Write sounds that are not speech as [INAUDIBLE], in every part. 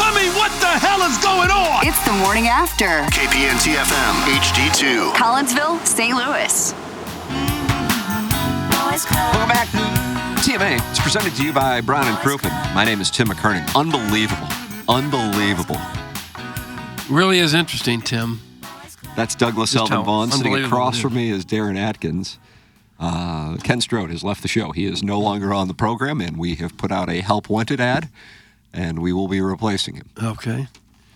I mean, what the hell is going on? It's the morning after. KPN TFM HD2. Collinsville, St. Louis. Welcome back. TMA It's presented to you by Brown and Crouppen. My name is Tim McKernan. Unbelievable. Unbelievable. Really is interesting, Tim. That's Douglas Just Elvin how Vaughn. Sitting unbelievable across it from me is Darren Atkins. Uh, Ken Strode has left the show. He is no longer on the program, and we have put out a help wanted ad, and we will be replacing him. Okay.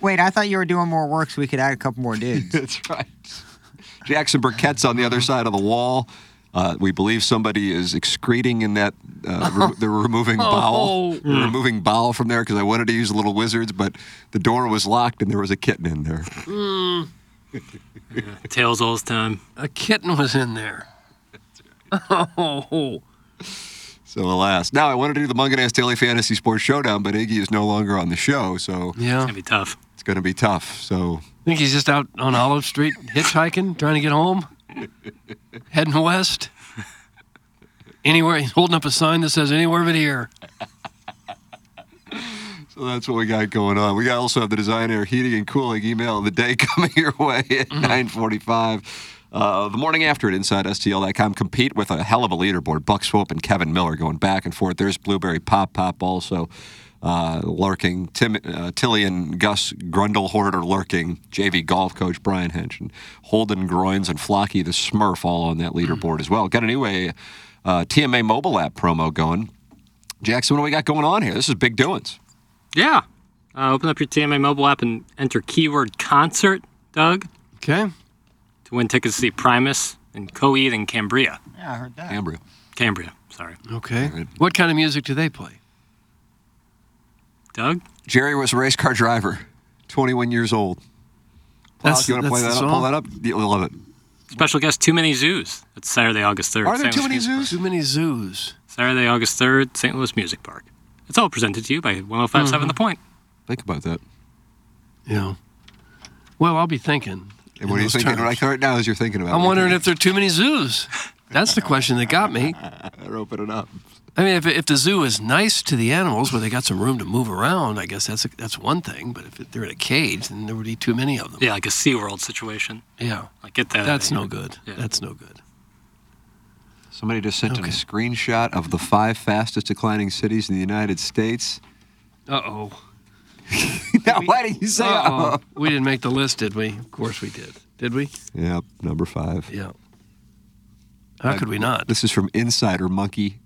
Wait, I thought you were doing more work so we could add a couple more [LAUGHS] dudes. That's right. Jackson Burkett's on the other side of the wall. Uh, we believe somebody is excreting in that. Uh, re- they're removing bowel. They're removing bowel from there because I wanted to use little wizards, but the door was locked and there was a kitten in there. Tails all this time. A kitten was in there. Oh, So alas. Now I wanted to do the Munganass Daily Fantasy Sports Showdown, but Iggy is no longer on the show, so yeah. Gonna be tough. it's going to be tough. So Think he's just out on Olive Street hitchhiking, trying to get home, heading west. Anywhere he's holding up a sign that says "Anywhere but here." So that's what we got going on. We also have the designer heating and cooling email of the day [LAUGHS] coming your way at 9:45. Uh, the morning after at InsideSTL.com. Compete with a hell of a leaderboard. Buck Swope and Kevin Miller going back and forth. There's Blueberry Pop Pop also uh, lurking. Tim, uh, Tilly and Gus Grundlehort are lurking. JV golf coach Brian Hench and Holden Groins and Flocky the Smurf all on that leaderboard as well. Got a new uh, TMA mobile app promo going. Jackson, what do we got going on here? This is big doings. Yeah. Uh, open up your TMA mobile app and enter keyword concert, Doug, Okay. to win tickets to see Primus and Coed and Cambria. yeah, I heard that. Cambria. Cambria, sorry. Okay. What kind of music do they play? Doug? Jerry was a race car driver, 21 years old. That's- you want to play that that's up? the Pull song? that up? You'll love it. Special guest Too Many Zoos. That's Saturday, August 3rd. Are there St. too Louis many Music zoos? Too many zoos. Park. Saturday, August 3rd, St. Louis Music Park. It's all presented to you by 1057 The Point. Think about that. Yeah. Well, I'll be thinking. And what are you those thinking terms. like right now as you're thinking about I'm it? wondering if there are too many zoos. That's the question that got me. They're opening up. I mean, if, if the zoo is nice to the animals, where they got some room to move around, I guess that's that's one thing. But if they're in a cage, then there would be too many of them. Yeah, like a SeaWorld situation. Yeah. Like, get that. That's out no of here. good. Yeah. That's no good. Somebody just sent in a Okay. screenshot of the five fastest declining cities in the United States. [LAUGHS] Uh oh. now, why do you say Uh oh. [LAUGHS] we didn't make the list, did we? Of course we did. Did we? [LAUGHS] Yep, number five. Yeah. How could we not? This is from Insider Monkey.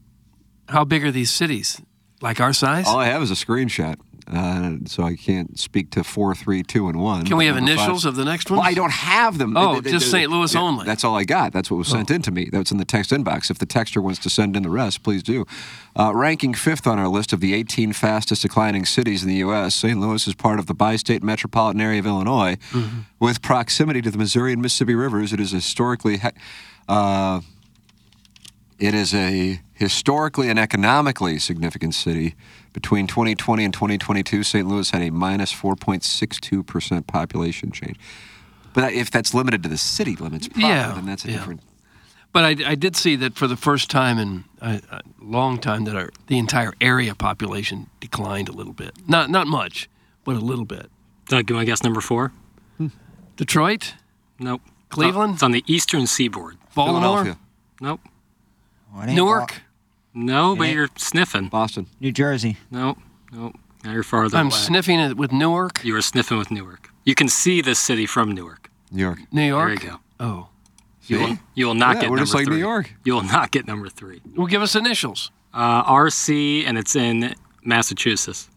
How big are these cities? Like our size? All I have is a screenshot, uh, so I can't speak to four, three, two, and one. Can we have Number five- initials of the next one? Well, I don't have them. Oh, Th- th- just th- St. Louis th- only. Oh. That's all I got. That's what was sent in to me. That's in the text inbox. If the texter wants to send in the rest, please do. Uh, ranking fifth on our list of the 18 fastest declining cities in the U.S., St. Louis is part of the bi-state metropolitan area of Illinois. Mm-hmm. With proximity to the Missouri and Mississippi rivers, it is historically. He- uh, it is a historically and economically significant city. Between 2020 and 2022, St. Louis had a minus 4.62% population change. But if that's limited to the city limits proper, Yeah, then that's a yeah. different. But I, I did see that for the first time in a, a long time that our the entire area population declined a little bit. Not not much, but a little bit. Doug, you want to guess number four? Detroit, Nope. Cleveland? It's on the eastern seaboard. Baltimore, Philadelphia, Nope. Well, it [LAUGHS] ain't Newark. No, but Yeah. you're sniffing. Boston, Wa- New Jersey. Nope. Nope. Now you're farther I'm away. sniffing it with Newark, you were sniffing with Newark. You can see this city from Newark. New York. New York. There you go. Oh, You will, you will not Yeah, get we're number just like New three. York. You will not get number three. well, give us initials. Uh, RC, and it's in Massachusetts.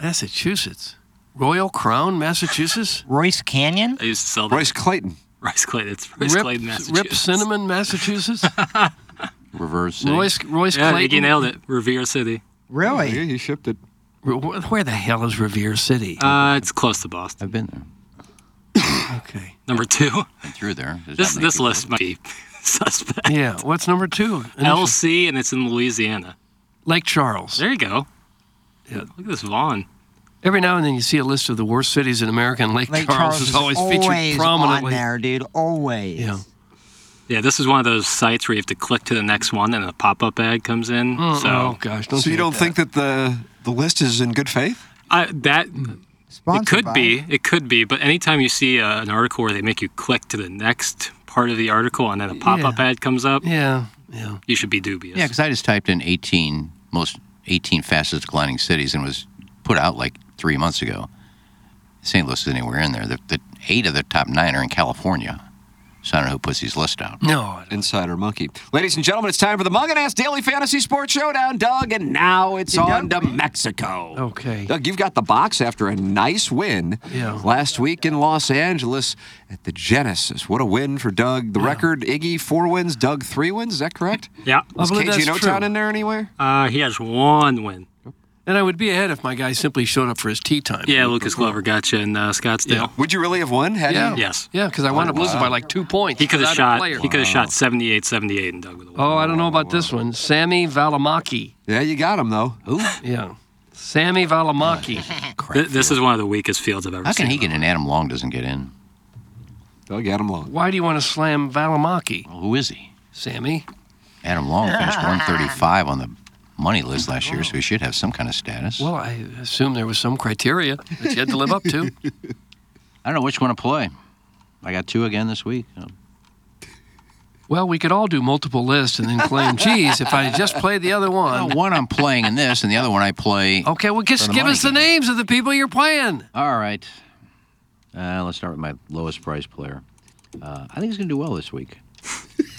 Massachusetts, Royal Crown, Massachusetts, Royce Canyon? I used to sell that. Bryce Clayton. [LAUGHS] Rice Clayton. It's Rice Rip, Clayton, Massachusetts. Rip Cinnamon, Massachusetts. Reverse. city. Royce, Royce Yeah, Clayton. Iggy nailed it. Revere City. Yeah, Really? you shipped it. Re- wh- Where the hell is Revere City? Uh, it's close to Boston. I've been there. okay. Number two. Been through there. There's not This many this people. list might be [LAUGHS] suspect. Yeah. What's number two? Initials. LC, and it's in Louisiana. Lake Charles. There you go. Look at this Vaughn. Every now and then you see a list of the worst cities in America, and Lake, Lake Charles, is always, featured prominently. on there, dude. Always. Yeah. Yeah, this is one of those sites where you have to click to the next one and a pop up ad comes in. Mm, oh So gosh, don't So you do don't that. think that the the list is in good faith? I, that it Sponsored could by- be, it could be, but anytime you see uh, an article where they make you click to the next part of the article and then a pop up ad comes up, Yeah, yeah. you should be dubious. Yeah, because I just typed in 18 most 18 fastest declining cities and it was put out like three months ago. St. Louis is anywhere in there. The, the eight of the top nine are in California, so I don't know who puts these lists out. No, I don't. Insider Monkey. Ladies and gentlemen, it's time for the Mug and Ass Daily Fantasy Sports Showdown, Doug, and now it's on to Mexico. Oh, Okay. Doug, you've got the box after a nice win Yeah. last week in Los Angeles at the Genesis. What a win for Doug. The record, Iggy, four wins, Doug, three wins. Is that correct? Yeah. Was believe KG that's No Town true. in there anywhere? Uh, he has one win. And I would be ahead if my guy simply showed up for his tea time. Yeah, Lucas Glover got you in uh, Scottsdale. Would you really have won? Had Yeah. You? Yes. Yeah, because I wound up losing by like two points. He could have without a shot. player. He could have shot 78, 78, and Doug with a win. Oh, I don't know about this one. Sammy Valimaki. Yeah, you got him, though. Who? Yeah. Sammy [LAUGHS] Valimaki. Th- this is one of the weakest fields I've ever How seen. can he get in? Adam Long doesn't get in. Doug Adam Long. Why do you want to slam Valimaki, Well, who is he? Sammy? Adam Long [LAUGHS] finished 135 on the money list last year, so he should have some kind of status. Well, I assume there was some criteria that you had to live [LAUGHS] up to. I don't know which one to play. I got two again this week. so- Well, we could all do multiple lists and then [LAUGHS] claim, geez, if I just played the other Well, uh, one. one I'm playing in this, and the other one I play. Okay, well, just For the give money us the game. names of the people you're playing. All right. Uh, let's start with my lowest price player. Uh, I think he's going to do well this week.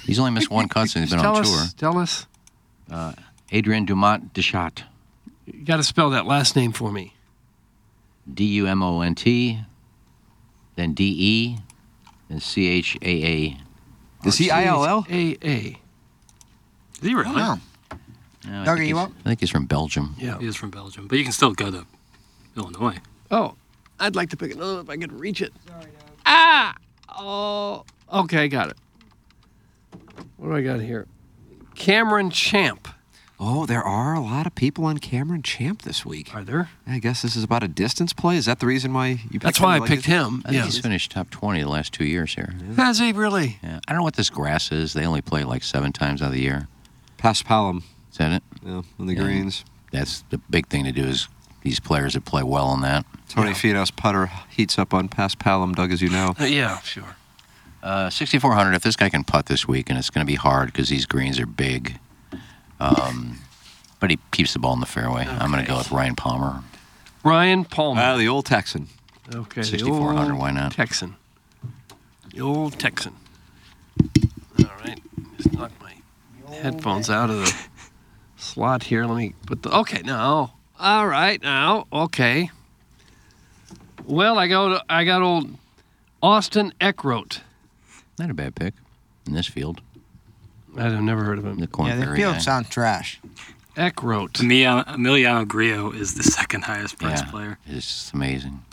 He's only missed one cut since he's been tell on us, tour. Tell us. Adrian Dumont Deschat, You got to spell that last name for me. D U M O N T, then D E, then C H A A. Is Oh, he Oh. ILL? A A. Is he really? Oh, Wow. No, I Doug, think are you he's- up? I think he's from Belgium. Yeah. He is from Belgium, but you can still go to Illinois. Oh, I'd like to pick another one if I could reach it. Ah! Oh, okay, I got it. What do I got here? Cameron Champ. Oh, there are a lot of people on Cameron Champ this week. Are there? I guess this is about a distance play. Is that the reason why you picked That's why I like picked this? him. I think Yeah. he's finished top 20 the last two years here. Has he really? Yeah. I don't know what this grass is. They only play it like seven times out of the year. Paspalum, Is that it? yeah, on the Yeah. greens. That's the big thing to do is these players that play well on that. Tony Finau's putter heats up on Paspalum, Doug, as you know. Uh, yeah, sure. Uh, 6,400. If this guy can putt this week, and it's going to be hard because these greens are big, um, but he keeps the ball in the fairway. I'm going to go with Ryan Palmer. Ryan Palmer. Ah, the old Texan. okay, the 6,400, old why not? Texan. The old Texan. All right. Just knock my headphones out of the slot here. Let me put the. Okay, now. All right, now. Okay. Well, I go. To, I got old Austin Eckroat. Not a bad pick in this field. I've never heard of him. The corn Yeah, the fairy field guy. sounds trash. Eckroat. Emiliano, Emiliano Grillo is the second highest priced Yeah, player. It's just amazing.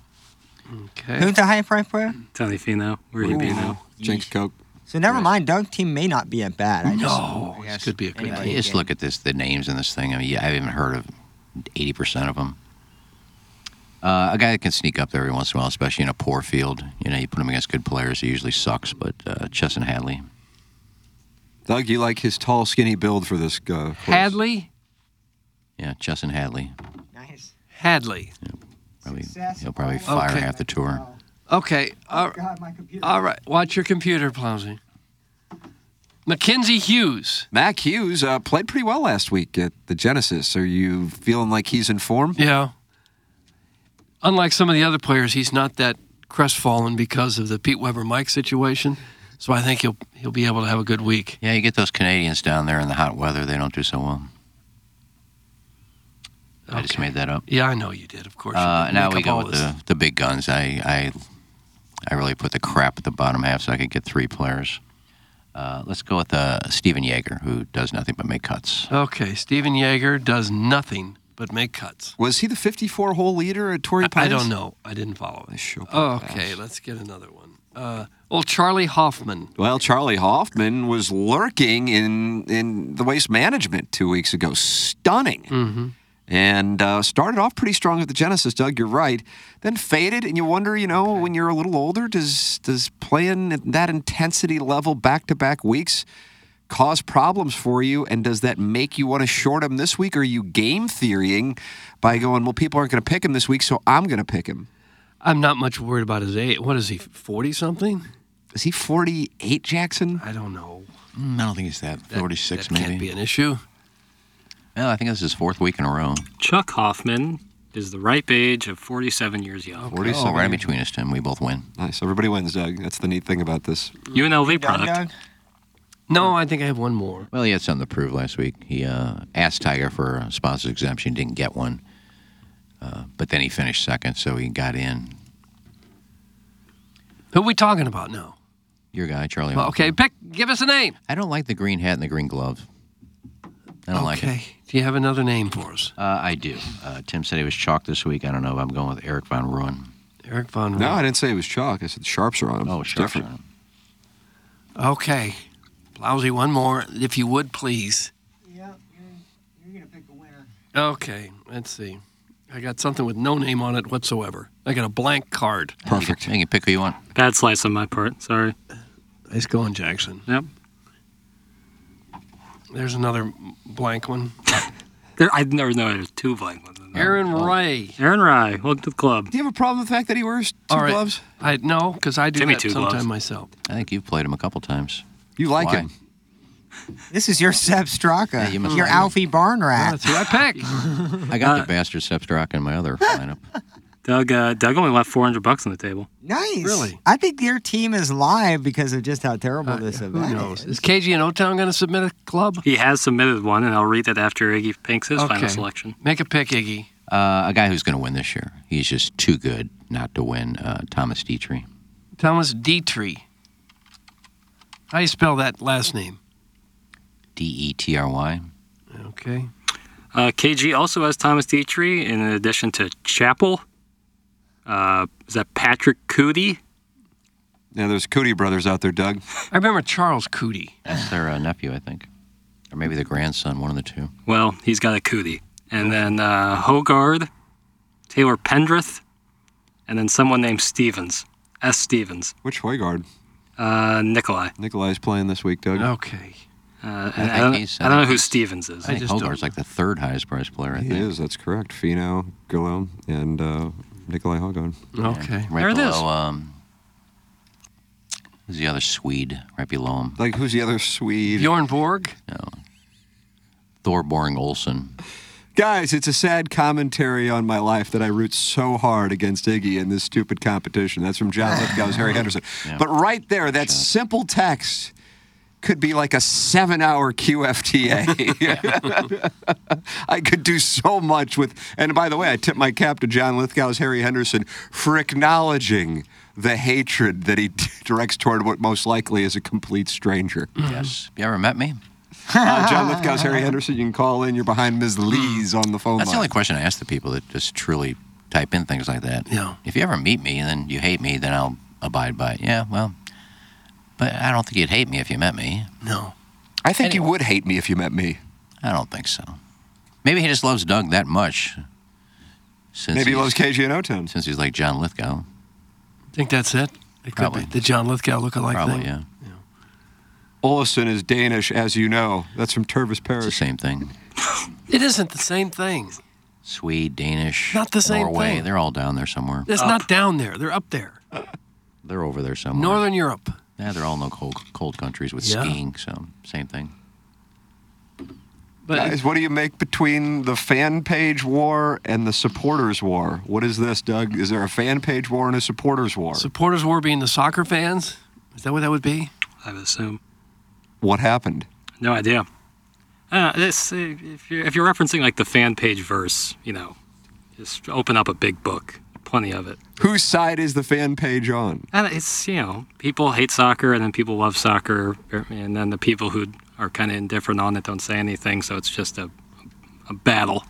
Okay. Who's the high price player? Tony Fino, where he be now? Jinx Coke. So never mind. Doug's team may not be that bad. I just, No, this could be a good Anyway. team. You just look at this, the names in this thing. I mean, yeah, I haven't even heard of 80% of them. Uh, a guy that can sneak up there every once in a while, especially in a poor field. You know, you put him against good players, he usually sucks. But uh, Chesson Hadley, Doug, you like his tall, skinny build for this uh, course. Hadley. yeah, Chesson Hadley, nice. Hadley. probably Success, he'll probably Paul. fire Okay. half the tour. Okay. all- Oh, God, my computer. All right, watch your computer, Plowsy. Mackenzie Hughes. Mac Hughes uh, played pretty well last week at the Genesis. Are you feeling like he's in form? Yeah, unlike some of the other players, he's not that crestfallen because of the Pete Weber Mike situation. So I think he'll he'll be able to have a good week. Yeah, you get those Canadians down there in the hot weather; they don't do so well. I just made that up. Yeah, I know you did. Of course. you Uh, did. now Make we up go all with this. the, the big guns. I, I I really put the crap at the bottom half so I could get three players. Uh, let's go with uh, Steven Yeager, who does nothing but make cuts. Okay, Steven Yeager does nothing but make cuts. Was he the 54 hole leader at Torrey I, I Pines? don't know. I didn't follow it. Sure. Okay, let's get another one. Uh, well, Charlie Hoffman. Well, Charlie Hoffman was lurking in in the waste management two weeks ago. Stunning. Mm-hmm. And uh, started off pretty strong at the Genesis, Doug. You're right. Then faded, and you wonder, you know, when you're a little older, does does playing at that intensity level back to back weeks cause problems for you? And does that make you want to short him this week? Or are you game theorying by going, well, people aren't going to pick him this week, so I'm going to pick him? I'm not much worried about his age. What is he? Forty something? Is he 48, Jackson? I don't know. Mm, I don't think he's that. That- 46 that maybe. can't be an issue. Well, I think this is his fourth week in a row. Chuck Hoffman is the ripe age of 47 years young. 47 right in between us, Tim. We both win. Nice. Everybody wins, Doug. That's the neat thing about this. UNLV product. No, I think I have one more. Well, he had something to prove last week. He uh, asked Tiger for a sponsor's exemption, didn't get one. Uh, but then he finished second, so he got in. Who are we talking about now? Your guy, Charlie. Well, okay, pick. Give us a name. I don't like the green hat and the green glove. I don't like it. okay. Do you have another name for us? Uh, I do. Uh, Tim said he was chalked this week. I don't know. I'm going with Eric Von Ruin. Eric Von. No, I didn't say it was chalk. I said sharps are on him. Oh, sure. Different. Okay. Blousy, one more, if you would, please. Yeah, you're, you're going to pick a winner. Okay, let's see. I got something with no name on it whatsoever. I got a blank card. Perfect. You can pick who you want. Bad slice on my part. Sorry. Nice going, Jackson. Yep. There's another blank one. There, I never know there's two blank ones. Uh, Aaron oh. Ray. Aaron Rye, welcome to the club. Do you have a problem with the fact that he wears two All right. gloves? I no, because I do Give me that two sometime gloves. myself. I think you've played him a couple times. You like Why? him. This is your Seb Straka, Yeah, you must your like him. Alfie Barnrat. That's who I pick. I got the bastard Sepstrock in my other lineup. Doug, uh, Doug only left 400 bucks on the table. Nice. Really? I think your team is live because of just how terrible Uh, this event Who knows? is. Is KG and O Town going to submit a club? He has submitted one, and I'll read that after Iggy pinks his Okay. final selection. Make a pick, Iggy. Uh, a guy who's going to win this year. He's just too good not to win. Uh, Thomas Dietrich. Thomas Dietrich. How you spell that last name? D E T R Y. Okay. Uh, KG also has Thomas Dietrich in addition to Chapel. Uh, is that Patrick Cootie? Yeah, there's Cootie brothers out there, Doug. I remember Charles Cootie. That's their uh, nephew, I think, or maybe their grandson. One of the two. Well, he's got a Cootie. And then uh, Hogard, Taylor Pendrith, and then someone named Stevens, S. Stevens, Which Hoygaard? uh, Nikolai. Nikolai's playing this week, Doug. Okay. Uh, I and I, think don't, he's, I don't know uh, who Stevens is. I think just don't- Hogarth's like the third highest priced player. I He think. is. That's correct. Fino, Gillum, and uh, Nikolai Hoygaard. Okay. Right There it below. is. Um, who's the other Swede? Right below him. Like, who's the other Swede? Bjorn Borg. No. Thor Boring Olsen. Guys, it's a sad commentary on my life that I root so hard against Iggy in this stupid competition. That's from John Lithgow's Harry Henderson. But right there, that simple text could be like a seven hour QFTA. [LAUGHS] I could do so much with. And by the way, I tip my cap to John Lithgow's Harry Henderson for acknowledging the hatred that he [LAUGHS] directs toward what most likely is a complete stranger. Yes. You ever met me? Uh, John Lithgow's Harry Henderson, you can call in. You're behind Ms. Lees on the phone That's the line. only question I ask the people that just truly type in things like that. Yeah. If you ever meet me and then you hate me, then I'll abide by it. Yeah, well, but I don't think you'd hate me if you met me. No. I think Anyway. you would hate me if you met me. I don't think so. Maybe he just loves Doug that much. Since Maybe he he's- loves KG and O-Town. Since he's like John Lithgow. think that's it. It could Probably. be the John Lithgow lookalike Probably, thing. yeah. Olson is Danish, as you know. That's from Tervis It's the Parish. same thing. It isn't the same thing. Swede, Danish, Not the same Norway. thing. They're all down there somewhere. Oh, It's not down there. They're up there. They're over there somewhere. Northern Europe. Yeah, they're all in the cold, cold countries with Yeah. skiing, so same thing. But Guys, what do you make between the fan page war and the supporters war? What is this, Doug? Is there a fan page war and a supporters war? supporters war being the soccer fans? Is that what that would be? I would assume. What happened? No idea. Uh, this, if, you're, if you're referencing like the fan page verse, you know, just open up a big book, plenty of it. Whose side is the fan page on? And it's you know, people hate soccer, and then people love soccer, and then the people who are kind of indifferent on it don't say anything. So it's just a a battle.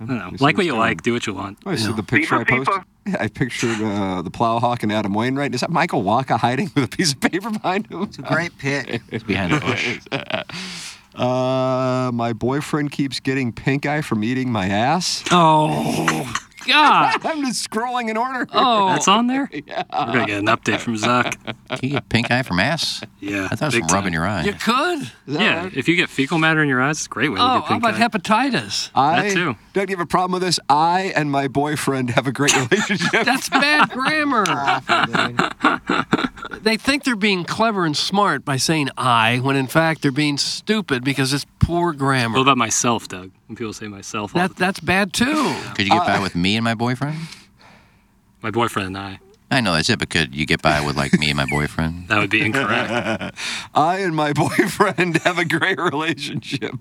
I don't know. This Like what is you good. like, do what you want. Oh, I see you know. the picture I posted. Yeah, I pictured uh, the Plowhawk and Adam Wainwright. Is that Michael Waka hiding with a piece of paper behind him? It's a great [LAUGHS] pick. It's behind a bush. uh, my boyfriend keeps getting pink eye from eating my ass. [LAUGHS] Oh [LAUGHS] God! I'm just scrolling in order. Oh, That's on there. Yeah. We're gonna get an update from Zuck. Can you get pink eye from ass? Yeah, [LAUGHS] I thought it big was from rubbing time. your you eye. could. Yeah, if you get fecal matter in your eyes, it's a great way to Oh, get how pink about eye. hepatitis? Ah. I too. don't have a problem with this. I and my boyfriend have a great relationship. That's bad [LAUGHS] grammar. Ah, [LAUGHS] they think they're being clever and smart by saying I, when in fact they're being stupid because it's poor what grammar. about myself, Doug? When people say myself, all That, the- that's bad [LAUGHS] too. Could you get Uh, by with me and my boyfriend? my boyfriend and I, I know that's it, but could you get by with like me and my boyfriend? that [LAUGHS] would be incorrect. I and my boyfriend [LAUGHS] have a great relationship,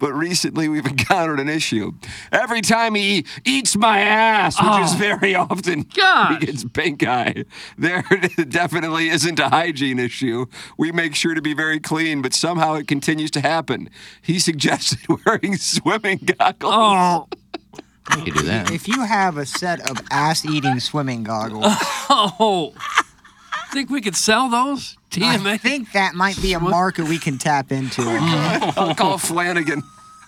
but recently we've encountered an issue. Every time he eats my ass, which is very often, Gosh. he gets pink eye. There [LAUGHS] definitely isn't a hygiene issue. We make sure to be very clean, but somehow it continues to happen. He suggested [LAUGHS] wearing swimming goggles. Oh, You could do that. If you have a set of ass-eating swimming goggles, oh. Think we could sell those? I TMA. think that might be a market we can tap into. I'll call Flanagan.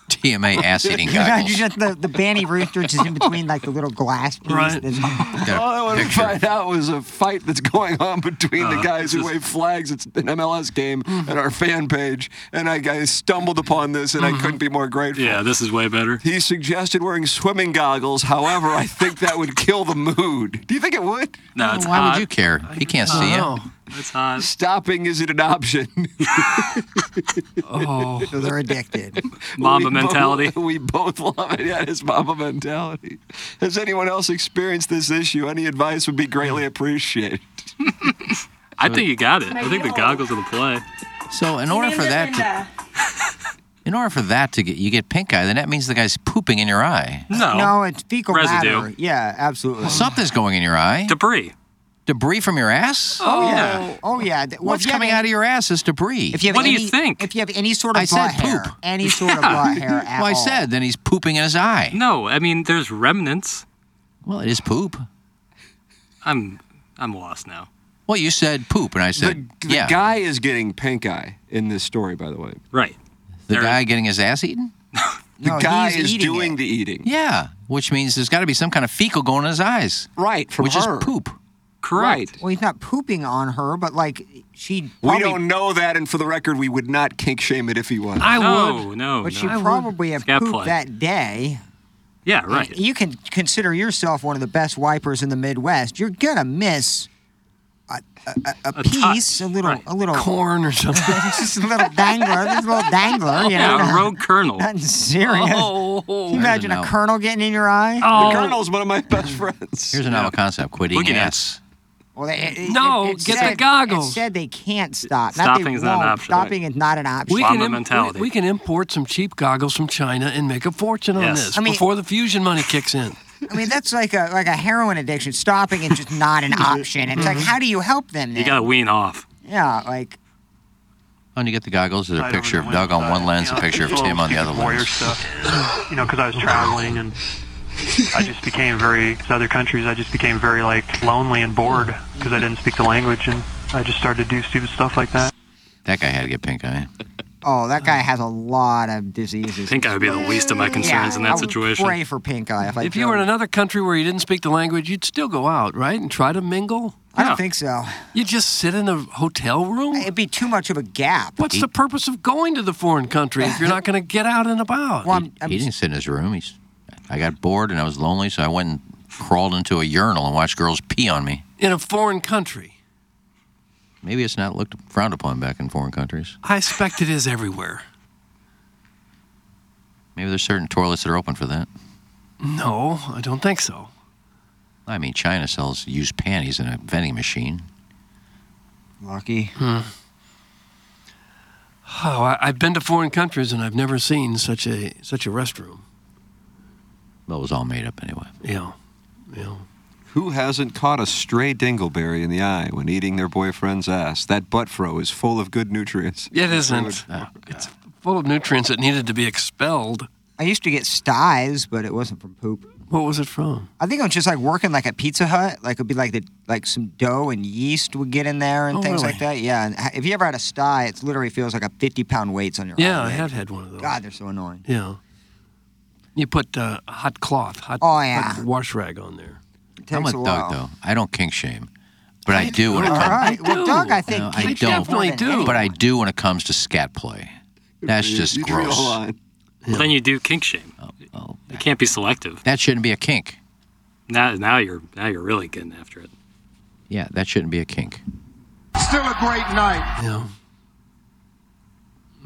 TMA ass eating Imagine goggles. just the, the banty roosters is in between like the little glass piece. Right. that's- [LAUGHS] Got a All I wanted to picture. find out Oh, was a fight that's going on between the Uh, guys this who is- wave flags. It's an MLS game and our fan page, and I, I stumbled upon this, and I couldn't be more grateful. Mm-hmm. yeah, this is way better. He suggested wearing swimming goggles. However, I think that would kill the mood. Do you think it would? No, it's Why hot. would you care? He can't see you. Oh, It's hot. Stopping isn't an option. oh. so they're addicted. [LAUGHS] Mamba We both- mentality. [LAUGHS] we both love it. Yeah, it's Mamba mentality. Has anyone else experienced this issue? Any advice would be Mm. greatly appreciated. I think you got it. I think the goggles are the play. So in order for that to in order for that to get you get pink eye, then that means the guy's pooping in your eye. No, No, it's fecal Residue. matter. Yeah, absolutely. Oh. Something's going in your eye. debris. Debris from your ass? oh yeah. Oh yeah. Th- well, What's if you have coming any- out of your ass is debris. If you have What do you any- think? If you have any sort of I butt said hair, poop. any [LAUGHS] sort of butt hair at well, I all. said then he's pooping in his eye. No, I mean there's remnants. Well, it is poop. I'm I'm lost now. Well, you said poop, and I said the the yeah. guy is getting pink eye in this story, by the way. Right. the there- guy getting his ass eaten. The No, guy he's is eating doing it. the eating. Yeah, which means there's got to be some kind of fecal going in his eyes, Right, from which her. is poop. Correct. Well, he's not pooping on her, but like she. We Probably, don't know that, and for the record, we would not kink shame it if he was. I No, would. no, But she no. probably have Scat pooped play. that day. Yeah, [LAUGHS] right. Uh, You can consider yourself one of the best wipers in the Midwest. You're gonna miss a, a, a, a, piece, a touch, little, right. a little Corn or something. just [LAUGHS] a little dangler, just a little dangler. You know, Yeah, a not- rogue colonel. [LAUGHS] nothing serious. Can you [LAUGHS] Oh. imagine a no. colonel getting in your eye? the Oh. Colonel's one of [LAUGHS] my best friends. Here's a novel concept: quit eating Looking at- ass. Well, they, it- it- No, it- it get the said, goggles. It said they can't stop. not Stopping's they not an won't. option. Stopping is not an option. We can, Obama im- mentality. we can import some cheap goggles from China and make a fortune on Yes. this I mean- before the fusion money kicks in. I mean, that's like a like a heroin addiction. Stopping is just not an option. It's like, how do you help them? Then? You gotta wean off. yeah, like When you get the goggles, there's a picture of Doug on one lens, a picture of Tim on the other lens. you know, because I was traveling and I just became very, to other countries, I just became very, like, lonely and bored because I didn't speak the language and I just started to do stupid stuff like that. That guy had to get pink eye. oh, that Uh. guy has a lot of diseases. I think I would be the least of my yeah, concerns in I that would situation. Pray for pink eye. If, I If you were in could. another country where you didn't speak the language, you'd still go out, right, and try to mingle. I don't Yeah. think so. You just sit in a hotel room. It'd be too much of a gap. What's the purpose of going to the foreign country if you're not going to get out and about? [LAUGHS] Well, I'm, I'm, He didn't sit in his room. He's, I got bored and I was lonely, so I went and crawled into a urinal and watched girls pee on me. in a foreign country, Maybe it's not looked frowned upon back in foreign countries. I expect it is everywhere. Maybe there's certain toilets that are open for that. No, I don't think so. I mean, China sells used panties in a vending machine. Lucky. Oh, I, I've been to foreign countries and I've never seen such a such a restroom. That was all made up anyway. Yeah, yeah. Who hasn't caught a stray dingleberry in the eye when eating their boyfriend's ass? That butt fro is full of good nutrients. It isn't. It's full of nutrients that needed to be expelled. I used to get styes, but it wasn't from poop. What was it from? I think it was just like working like at Pizza Hut. Like it'd be like the like some dough and yeast would get in there and Oh, things really? like that. Yeah. And ha- if you ever had a sty, it literally feels like a fifty pound weight's on your Yeah, I eyelid. have had one of those. Oh, [LAUGHS] God, they're so annoying. Yeah. You put uh, hot cloth, hot, Oh, yeah. hot wash rag on there. I'm a, a thug, while. though. I don't kink shame, but I, do when it All comes. right. Well, Doug, I think No, he- I don't. definitely do. But I do when it comes to scat play. That's just gross. Well, Then you do kink shame. You can't be selective. Oh, That shouldn't be a kink. Now, now you're now you're really getting after it. Yeah, that shouldn't be a kink. Still a great night. Yeah.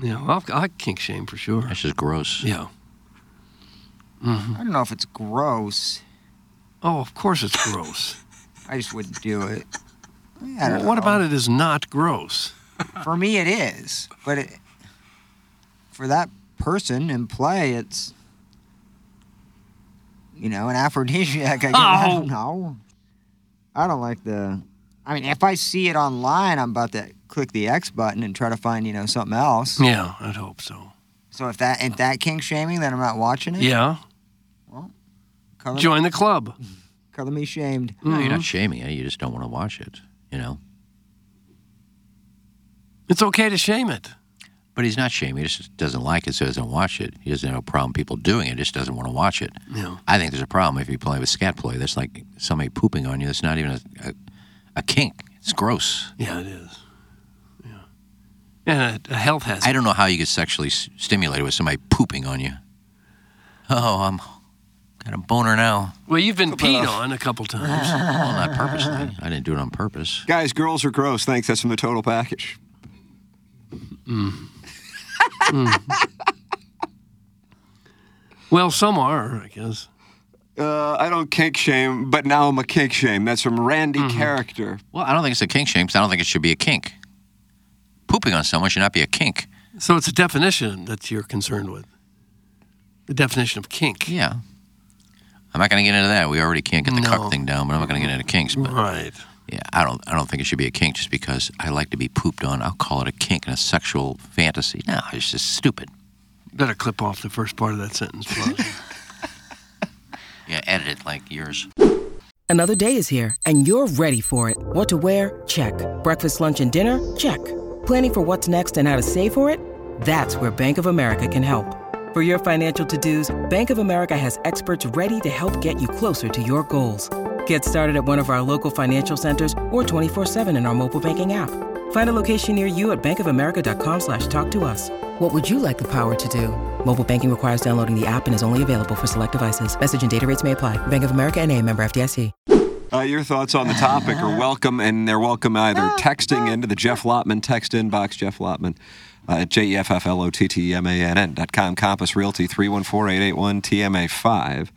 Yeah, well, I kink shame for sure. That's just gross. Yeah. I don't know if it's gross. Oh, of course it's gross. I just wouldn't do it. [LAUGHS] I Well, don't what know. about it is not [LAUGHS] gross? For me, it is, but it, for that person in play, it's you know an aphrodisiac. I, guess. I Oh. don't know. I don't like the. I mean, if I see it online, I'm about to click the X button and try to find you know something Mm. else. Yeah, I'd hope so. So if that if that kink shaming, then I'm not watching it. Yeah. Color, Join the club. color me shamed. No, Mm-hmm. you're not shaming it. You just don't want to watch it. You know. It's okay to shame it. But he's not shaming. He just doesn't like it, so he doesn't watch it. He doesn't have a problem people doing it. Just doesn't want to watch it. Yeah. I think there's a problem if you play with scat play. That's like somebody pooping on you. That's not even a, a, a kink. It's gross. Yeah, it is. Yeah. And a, a health hazard. I don't know how you get sexually s- stimulated with somebody pooping on you. Oh, I'm got a boner now. Well, you've been peed on a [LAUGHS] couple times. Well, not purposely. I didn't do it on purpose. Guys, girls are gross. Thanks. That's from the total package. well, some are, I guess. Uh, I don't kink shame, but now I'm a kink shame. That's from Randy Mm-hmm. Character. Well, I don't think it's a kink shame 'cause I don't think it should be a kink. Pooping on someone should not be a kink. So it's a definition that you're concerned with. The definition of kink. Yeah. I'm not going to get into that. We already can't get the No. cuck thing down, but I'm not going to get into kinks. But Right. yeah, I don't. I don't think it should be a kink just because I like to be pooped on. I'll call it a kink and a sexual fantasy. No, it's just stupid. Better clip off the first part of that sentence. [LAUGHS] Blanche. Yeah, edit it like yours. Another day is here, and you're ready for it. What to wear? Check. Breakfast, lunch, and dinner? Check. Planning for what's next and how to save for it? That's where Bank of America can help. For your financial to dos, Bank of America has experts ready to help get you closer to your goals. Get started at one of our local financial centers or 24-7 in our mobile banking app. Find a location near you at bankofamerica.com slash talk to us. What would you like the power to do? Mobile banking requires downloading the app and is only available for select devices. Message and data rates may apply. Bank of America and a member FDIC. Uh, your thoughts on the topic are welcome, and they're welcome either texting into the Jeff Lotman text inbox, Jeff Lotman uh, at J-E-F-F-L-O-T-T-M-A-N-N dot com, Compass Realty, 314-881-TMA5.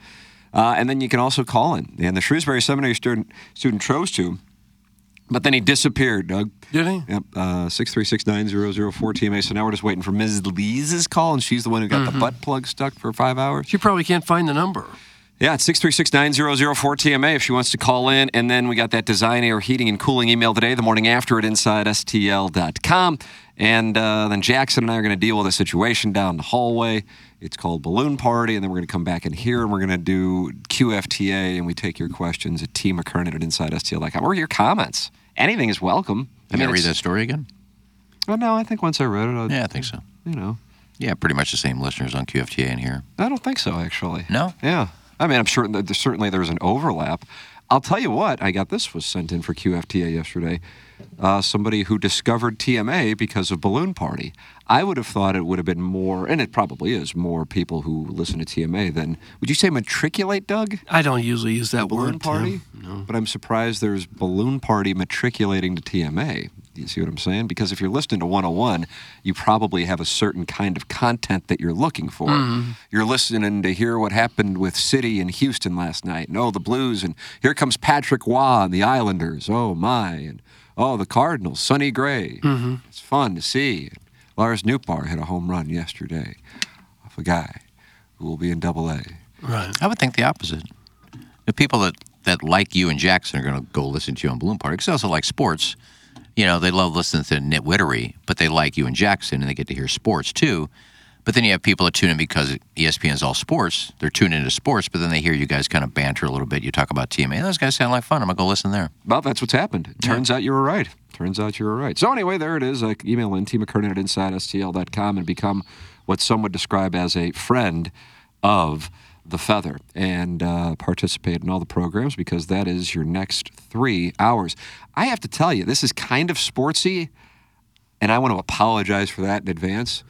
Uh, and then you can also call in. And the Shrewsbury Seminary student, student chose to, but then he disappeared, Doug. Did he? Yep, uh, 636-9004-TMA. So now we're just waiting for Ms. Lees's call, and she's the one who got the butt plug stuck for five hours. She probably can't find the number. Yeah, it's 636-9004-TMA if she wants to call in. And then we got that design, air, heating, and cooling email today, the morning after at InsideSTL.com. And uh, then Jackson and I are going to deal with a situation down the hallway. It's called Balloon Party. And then we're going to come back in here and we're going to do QFTA. And we take your questions at T. McKernan at InsideSTL.com or your comments. Anything is welcome. I mean, read it's- that story again. Oh, no, I think once I read it, I, Yeah, I think so. you know, Yeah, pretty much the same listeners on QFTA in here. I don't think so, actually. No, Yeah. I mean, I'm sure that there- certainly there's an overlap. I'll tell you what, I got this was sent in for QFTA yesterday. Uh, somebody who discovered TMA because of Balloon Party. I would have thought it would have been more, and it probably is, more people who listen to TMA than, would you say matriculate, Doug? I don't usually use that Balloon word. Tim. Party? No. But I'm surprised there's Balloon Party matriculating to TMA. You see what I'm saying? Because if you're listening to 101, you probably have a certain kind of content that you're looking for. Mm-hmm. Mhm. You're listening to hear what happened with City and Houston last night. and oh, the Blues, and here comes Patrick Waugh and the Islanders. Oh, my. And oh, the Cardinals, Sonny Gray. Mm-hmm. It's fun to see. And Lars Newbar hit a home run yesterday off a guy who will be in double A. Right. I would think the opposite. The people that, that like you and Jackson are going to go listen to you on Bloom Party because they also like sports. You know, they love listening to nitwittery, but they like you and Jackson and they get to hear sports too. But then you have people that tune in because E ESPN is all sports. They're tuned into sports, but then they hear you guys kind of banter a little bit. You talk about TMA. Those guys sound like fun. I'm going to go listen there. Well, that's what's happened. It turns out you were right. Turns out you were right. So anyway, there it is. Uh, email in tmckernan at insidestl.com and become what some would describe as a friend of the feather and uh, participate in all the programs because that is your next three hours. I have to tell you, this is kind of sportsy, and I want to apologize for that in advance.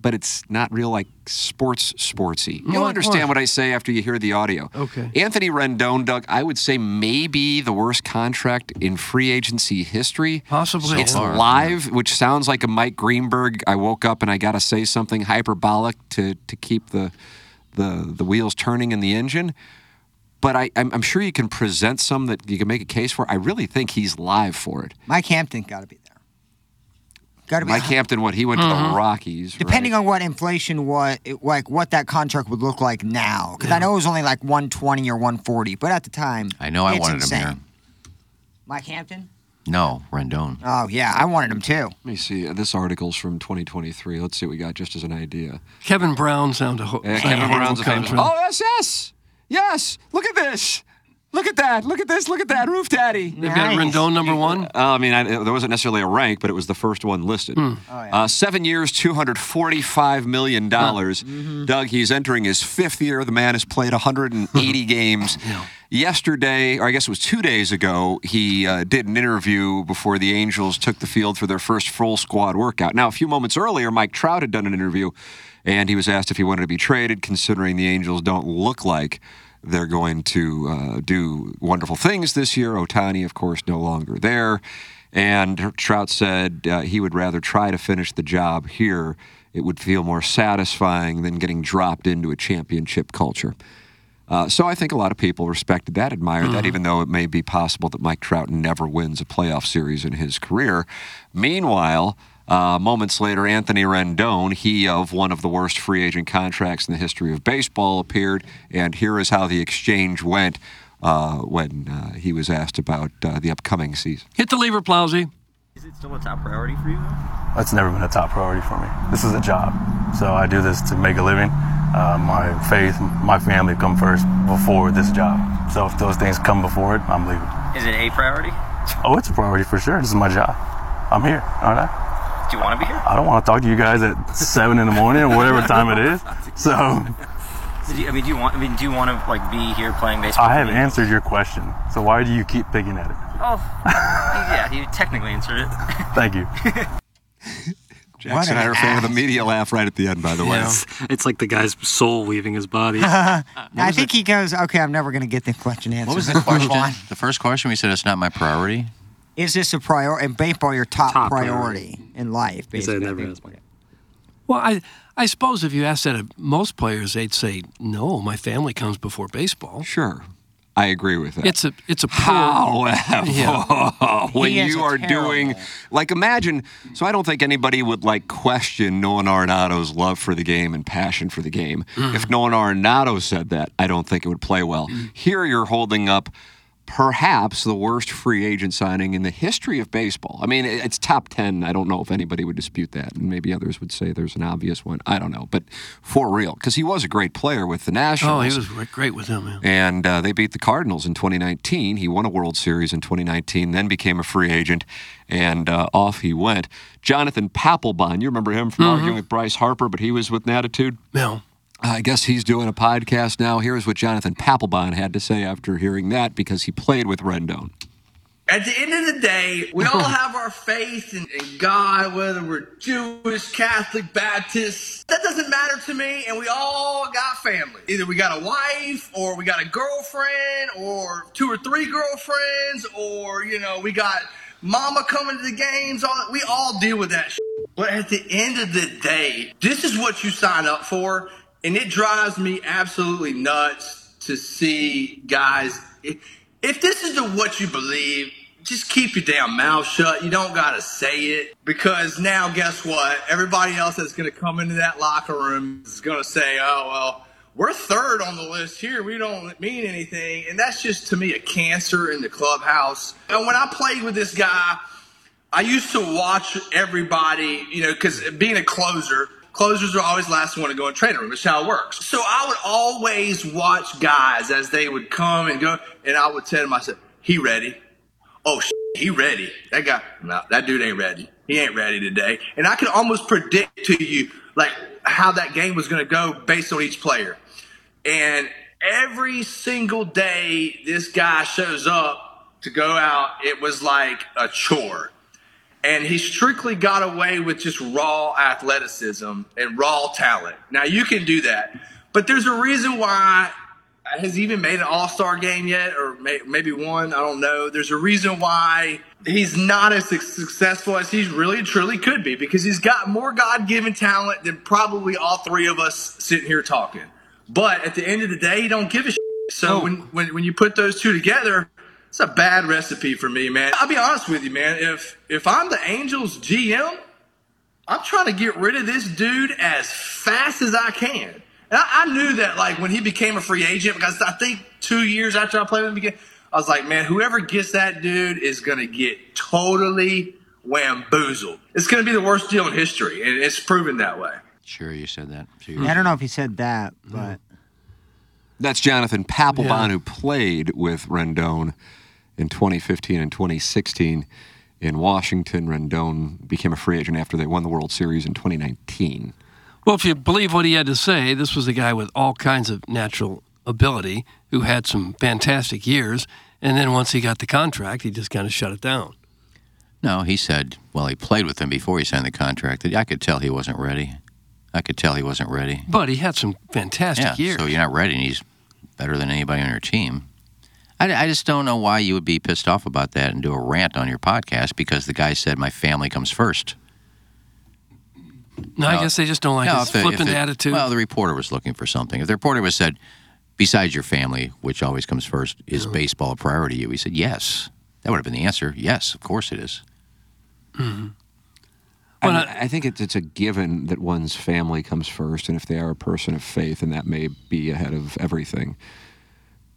But it's not real like sports sportsy. You'll What- understand what? what I say after you hear the audio. Okay. Anthony Rendon, Doug, I would say maybe the worst contract in free agency history. Possibly. It's live, which sounds like a Mike Greenberg. I woke up and I got to say something hyperbolic to to keep the the the wheels turning in the engine. But I, I'm, I'm sure you can present some that you can make a case for. I really think he's live for it. Mike Hampton got to be there. Got to be. Mike Hampton, what he went to Mhm. the Rockies, Depending right? on what inflation, what it- like what that contract would look like now, because I know it was only like 120 or 140, but at the time, I know I it's wanted insane. him here. Mike Hampton. No, Rendon. Oh yeah, I wanted him too. Let me see. Uh, This article's from 2023. Let's see what we got just as an idea. Kevin Brown sound a ho- Yeah, sound Kevin horrible Brown's a famous. contract. Oh yes, yes, yes. Look at this. Look at that. Look at this. Look at that. Roof Daddy. They've got Rendon number one. Uh, I mean, I, there wasn't necessarily a rank, but it was the first one listed. Hmm. uh, seven years, two hundred forty-five million dollars. Doug, he's entering his fifth year. The man has played one hundred and eighty games. Yesterday, or I guess it was two days ago, he uh, did an interview before the Angels took the field for their first full squad workout. Now, a few moments earlier, Mike Trout had done an interview, and he was asked if he wanted to be traded, considering the Angels don't look like they're going to uh, do wonderful things this year. Otani, of course, no longer there. And Trout said uh, he would rather try to finish the job here. It would feel more satisfying than getting dropped into a championship culture. Uh, so I think a lot of people respected that, admired Mm-hmm. that, even though it may be possible that Mike Trout never wins a playoff series in his career. Meanwhile, uh, moments later, Anthony Rendon, he of one of the worst free agent contracts in the history of baseball, appeared, and here is how the exchange went uh, when uh, he was asked about uh, the upcoming season. Hit the lever, Plowsy. Is it still a top priority for you? That's never been a top priority for me. This is a job, so I do this to make a living. Uh, my faith, my family come first before this job. So if those things come before it, I'm leaving. Is it a priority? Oh, it's a priority for sure. This is my job. I'm here, aren't I? Do you want to be here? I don't want to talk to you guys at seven in the morning or whatever time it is. So Do you, I mean, do you want? I mean, do you want to like be here playing baseball? I have answered your question. So why do you keep picking at it? Oh, [LAUGHS] yeah. You technically answered it. Thank you. Jackson and I are a fan of the media laugh right at the end, by the way. It's, it's like the guy's soul leaving his body. I think he goes, okay, I'm never going to get the question answered. What was [LAUGHS] the Move question? on. the first question we said it's not my priority. Is this a priority? And baseball, your top, Top priority, in life, He said it basically. never has Well, I I suppose if you asked that of most players, they'd say, "No, my family comes before baseball." Sure, I agree with that. It's a it's a poor, However, Yeah. [LAUGHS] when you are doing, like, imagine. So I don't think anybody would like question Nolan Arenado's love for the game and passion for the game. Mm. Mhm. If Nolan Arenado said that, I don't think it would play well. Here, you're holding up perhaps the worst free agent signing in the history of baseball. I mean, it- it's top 10. I don't know if anybody would dispute that. And maybe others would say there's an obvious one. I don't know. But for real, because he was a great player with the Nationals. Oh, he was gr- great with him. Yeah. And uh, they beat the Cardinals in 2019. He won a World Series in 2019, then became a free agent, and uh, off he went. Jonathan Papelbon, you remember him from arguing with Bryce Harper, but he was with Natitude. No. I guess he's doing a podcast now. Here's what Jonathan Papelbon had to say after hearing that because he played with Rendon. At the end of the day, we [LAUGHS] all have our faith in, in God, whether we're Jewish, Catholic, Baptist. That doesn't matter to me, and we all got family. Either we got a wife, or we got a girlfriend, or two or three girlfriends, or, you know, we got mama coming to the games, all that. We all deal with that. Shit. But at the end of the day, this is what you sign up for, and it drives me absolutely nuts to see guys. If, if this is the what you believe, just keep your damn mouth shut. You don't gotta say it because now, guess what? Everybody else that's gonna come into that locker room is gonna say, "Oh well." we're third on the list here. We don't mean anything. And that's just to me a cancer in the clubhouse. And when I played with this guy, I used to watch everybody, you know, because being a closer, closers are always the last one to go in training room. It's how it works. So I would always watch guys as they would come and go, and I would tell myself, "He ready? Oh, sh- he ready? That guy? No, that dude ain't ready. He ain't ready today." And I could almost predict to you like how that game was going to go based on each player. And every single day this guy shows up to go out, it was like a chore. And he strictly got away with just raw athleticism and raw talent. Now you can do that, but there's a reason why has he even made an All Star game yet, or may, maybe one. I don't know. There's a reason why he's not as suc- successful as he really and truly could be because he's got more God given talent than probably all three of us sitting here talking. But at the end of the day, he don't give a shit. So when, when when you put those two together, it's a bad recipe for me, man. I'll be honest with you, man. If if I'm the Angels GM, I'm trying to get rid of this dude as fast as I can. And I, I knew that, like, when he became a free agent, because I think two years after I played with him, again, I was like, man, whoever gets that dude is going to get totally wamboozled. It's going to be the worst deal in history, and it's proven that way. Sure, you said that. Sure. Yeah, I don't know if he said that, but That's Jonathan Papelbon, Yeah. who played with Rendon in 2015 and 2016 in Washington. Rendon became a free agent after they won the World Series in 2019. Well, if you believe what he had to say, this was a guy with all kinds of natural ability who had some fantastic years. And then once he got the contract, he just kind of shut it down. No, he said, well, he played with them before he signed the contract. That I could tell he wasn't ready. I could tell he wasn't ready. But he had some fantastic yeah, years. so you're not ready, and he's better than anybody on your team. I, I just don't know why you would be pissed off about that and do a rant on your podcast because the guy said my family comes first. no, I guess they just don't like No, his if the- if flippant the- attitude. Well, the reporter was looking for something. If the reporter was said, besides your family, which always comes first, is baseball a priority to you? He said, yes. That would have been the answer. Yes, of course it is. I, mean, I think it's, it's a given that one's family comes first, and if they are a person of faith, and that may be ahead of everything.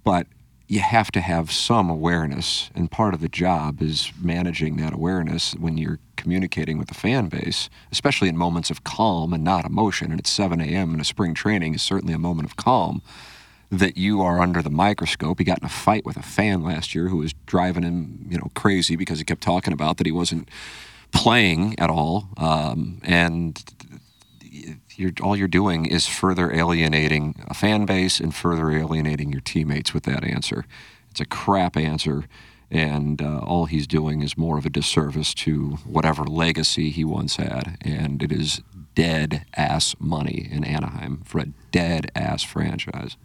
But you have to have some awareness, and part of the job is managing that awareness when you're communicating with the fan base, especially in moments of calm and not emotion. And it's 7 a.m. and a spring training is certainly a moment of calm that you are under the microscope. He got in a fight with a fan last year who was driving him, you know, crazy because he kept talking about that he wasn't playing at all, um, and you're, all you're doing is further alienating a fan base and further alienating your teammates with that answer. It's a crap answer, and uh, all he's doing is more of a disservice to whatever legacy he once had, and it is dead ass money in Anaheim for a dead ass franchise.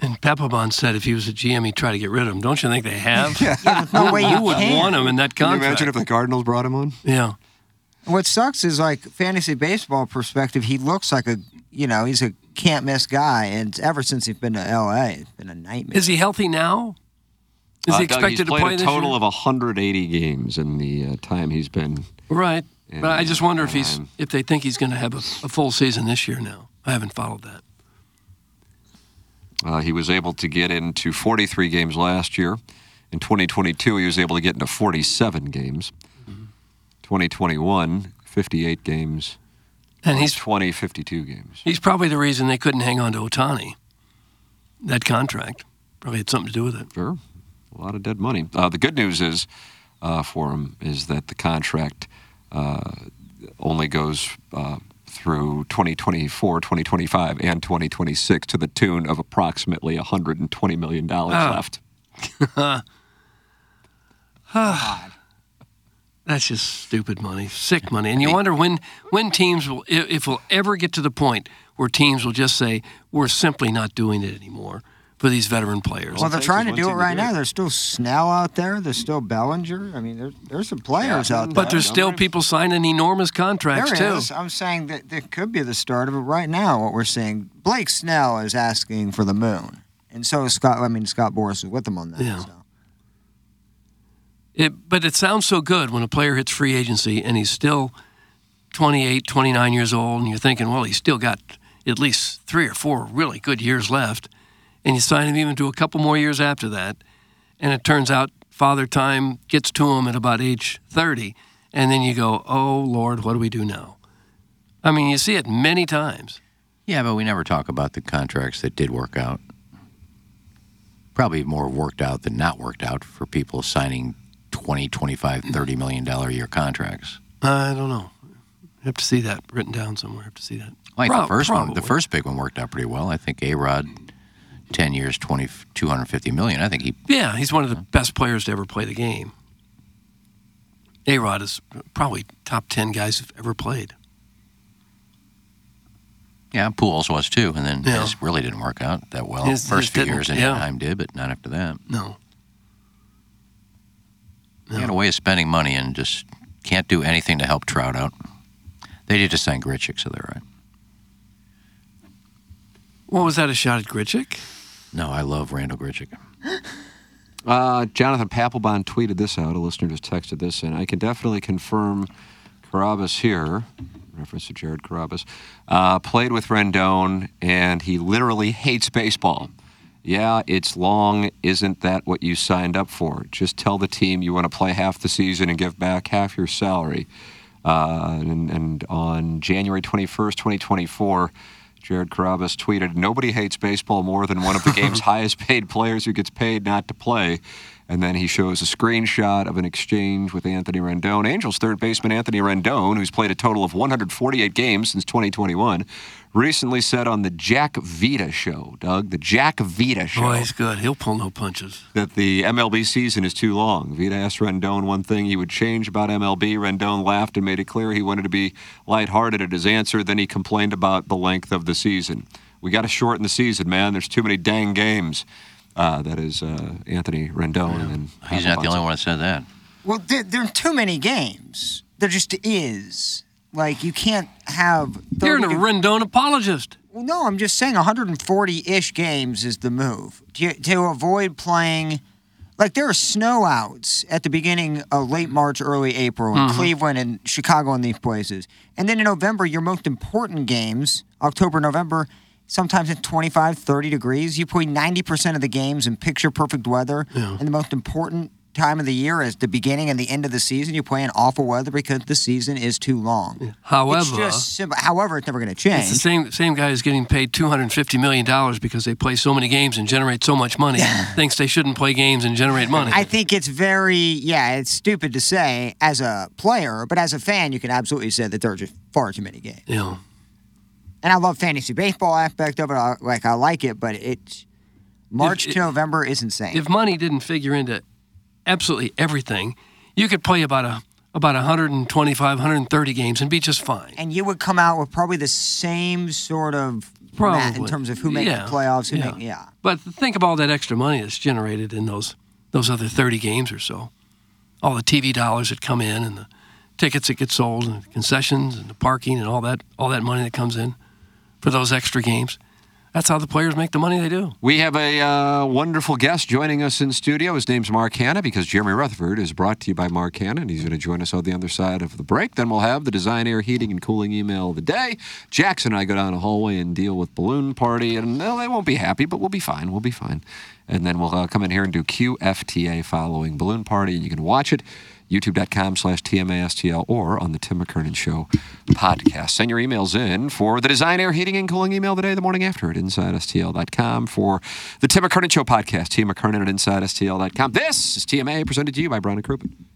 and Papelbon said if he was a GM, he'd try to get rid of him. Don't you think [LAUGHS] they have? no way you would can. want him in that Can you contract? imagine if the Cardinals brought him on? Yeah. what sucks is like fantasy baseball perspective. He looks like a you know he's a can't miss guy, and ever since he's been to L.A., it's been a nightmare. Is he healthy now? Is he Uh, Doug, expected he's to played play a this total year? of 180 games in the uh, time he's been. Right. And, but I just wonder if he's um, if they think he's going to have a, a full season this year now. I haven't followed that. Uh, he was able to get into 43 games last year. In 2022, he was able to get into 47 games. Mm-hmm. 2021, 58 games. And he's 20, 52 games. He's probably the reason they couldn't hang on to Otani. That contract probably had something to do with it. Sure. A lot of dead money. Uh, the good news is uh, for him is that the contract uh, only goes uh, through 2024, 2025, and 2026 to the tune of approximately 120 million dollars Oh. left. That's just stupid money, sick money. And you wonder when when teams will i- if we'll ever get to the point where teams will just say we're simply not doing it anymore. for these veteran players. Well, they're trying to do it right now. There's still Snell out there. There's still Bellinger. I mean, there, there's some players out there. But there's still people signing enormous contracts There too. is. I'm saying that that could be the start of it right now. What we're seeing, Blake Snell is asking for the moon, and so is Scott. I mean, Scott Boris is with him on that. Yeah. so. It, but it sounds so good when a player hits free agency and he's still 28, 29 years old, and you're thinking, well, he's still got at least three or four really good years left, and you sign him even to a couple more years after that, and it turns out father time gets to him at about age 30, and then you go, oh Lord, what do we do now? I mean, you see it many times. Yeah, but we never talk about the contracts that did work out. Probably more worked out than not worked out for people signing 20, 25, 30 million dollar a year contracts. I don't know. I have to see that written down somewhere. I have to see that. Like Prob- the first one, the probably. first big one worked out pretty well. I think A Rod, 10 years, 20, 250 million. Uh, I think he Yeah, he's one of the best players to ever play the game. A Rod is probably top 10 guys who've ever played. Yeah, Pools was too, and then Yeah. his really didn't work out that well. His- First his few didn't, years in yeah. Anaheim did, but not after that. No. He had a way of spending money and just can't do anything to help Trout out. They did just sign Gritchick, so they're right. What was that, a shot at Gritchick? No, I love Randall Gritchick. Uh, Jonathan Papelbon tweeted this out. A listener just texted this, and I can definitely confirm Carabas here, reference to Jared Carabas, uh, played with Rendon, and he literally hates baseball. Yeah, it's long. Isn't that what you signed up for? Just tell the team you want to play half the season and give back half your salary. Uh, and, and on January 21st, 2024, Jared Carabas tweeted, Nobody hates baseball more than one of the game's highest paid players who gets paid not to play. And then he shows a screenshot of an exchange with Anthony Rendon, Angels third baseman Anthony Rendon, who's played a total of 148 games since 2021, recently said on the Jack Vita show, Doug, the Jack Vita show Boy, he's good. He'll pull no punches. that the MLB season is too long. Vita asked Rendon one thing he would change about MLB. Rendon laughed and made it clear he wanted to be lighthearted at his answer. Then he complained about the length of the season. We got to shorten the season, man. There's too many dang games. Uh, that is uh, Anthony Rendon. And then He's not the only one that said that. Well, there, there are too many games. There just is. Like you can't have. You're an 30 Rendon apologist. Well, no, I'm just saying 140-ish games is the move to, to avoid playing. Like there are snow outs at the beginning of late March, early April in Mm-hmm. Mhm. Cleveland and Chicago and these places, and then in November your most important games, October, November, sometimes at 25, 30 degrees, you play 90% of the games in picture perfect weather, and the most important time of the year is the beginning and the end of the season. You play in awful weather because the season is too long. it's However- just simple. however, it's never going to change. It's the same same guy who's getting paid two hundred and fifty million dollars because they play so many games and generate so much money. thinks they shouldn't play games and generate money. I think it's very, yeah, it's stupid to say as a player, but as a fan, you can absolutely say that there are just far too many games. you know, And I love fantasy baseball aspect of it. I, like I like it, but it's March If- to November is insane. if money didn't figure into absolutely everything, you could play about a about 125, 130 games and be just fine. and you would come out with probably the same sort of mat in Probably. terms of who makes Yeah. the playoffs, who Yeah. make yeah. But think of all that extra money that's generated in those those other 30 games or so. All the TV dollars that come in and the tickets that get sold and the concessions and the parking and all that all that money that comes in for those extra games. That's how the players make the money they do. We have a uh, wonderful guest joining us in studio. His name's Mark Hanna because Jeremy Rutherford is brought to you by Mark Hanna, and he's going to join us on the other side of the break. Then we'll have the design, air, heating, and cooling email of the day. Jackson and I go down a hallway and deal with balloon party, and well, they won't be happy, but we'll be fine. We'll be fine. And then we'll uh, come in here and do QFTA following balloon party, and you can watch it youtube.com slash TMASTL or on the Tim McKernan Show podcast. Send your emails in for the Design Air Heating and Cooling email the day, the morning after at InsideSTL.com for the Tim McKernan Show podcast, Tim McKernan at InsideSTL.com. This is TMA presented to you by Brian Krupin.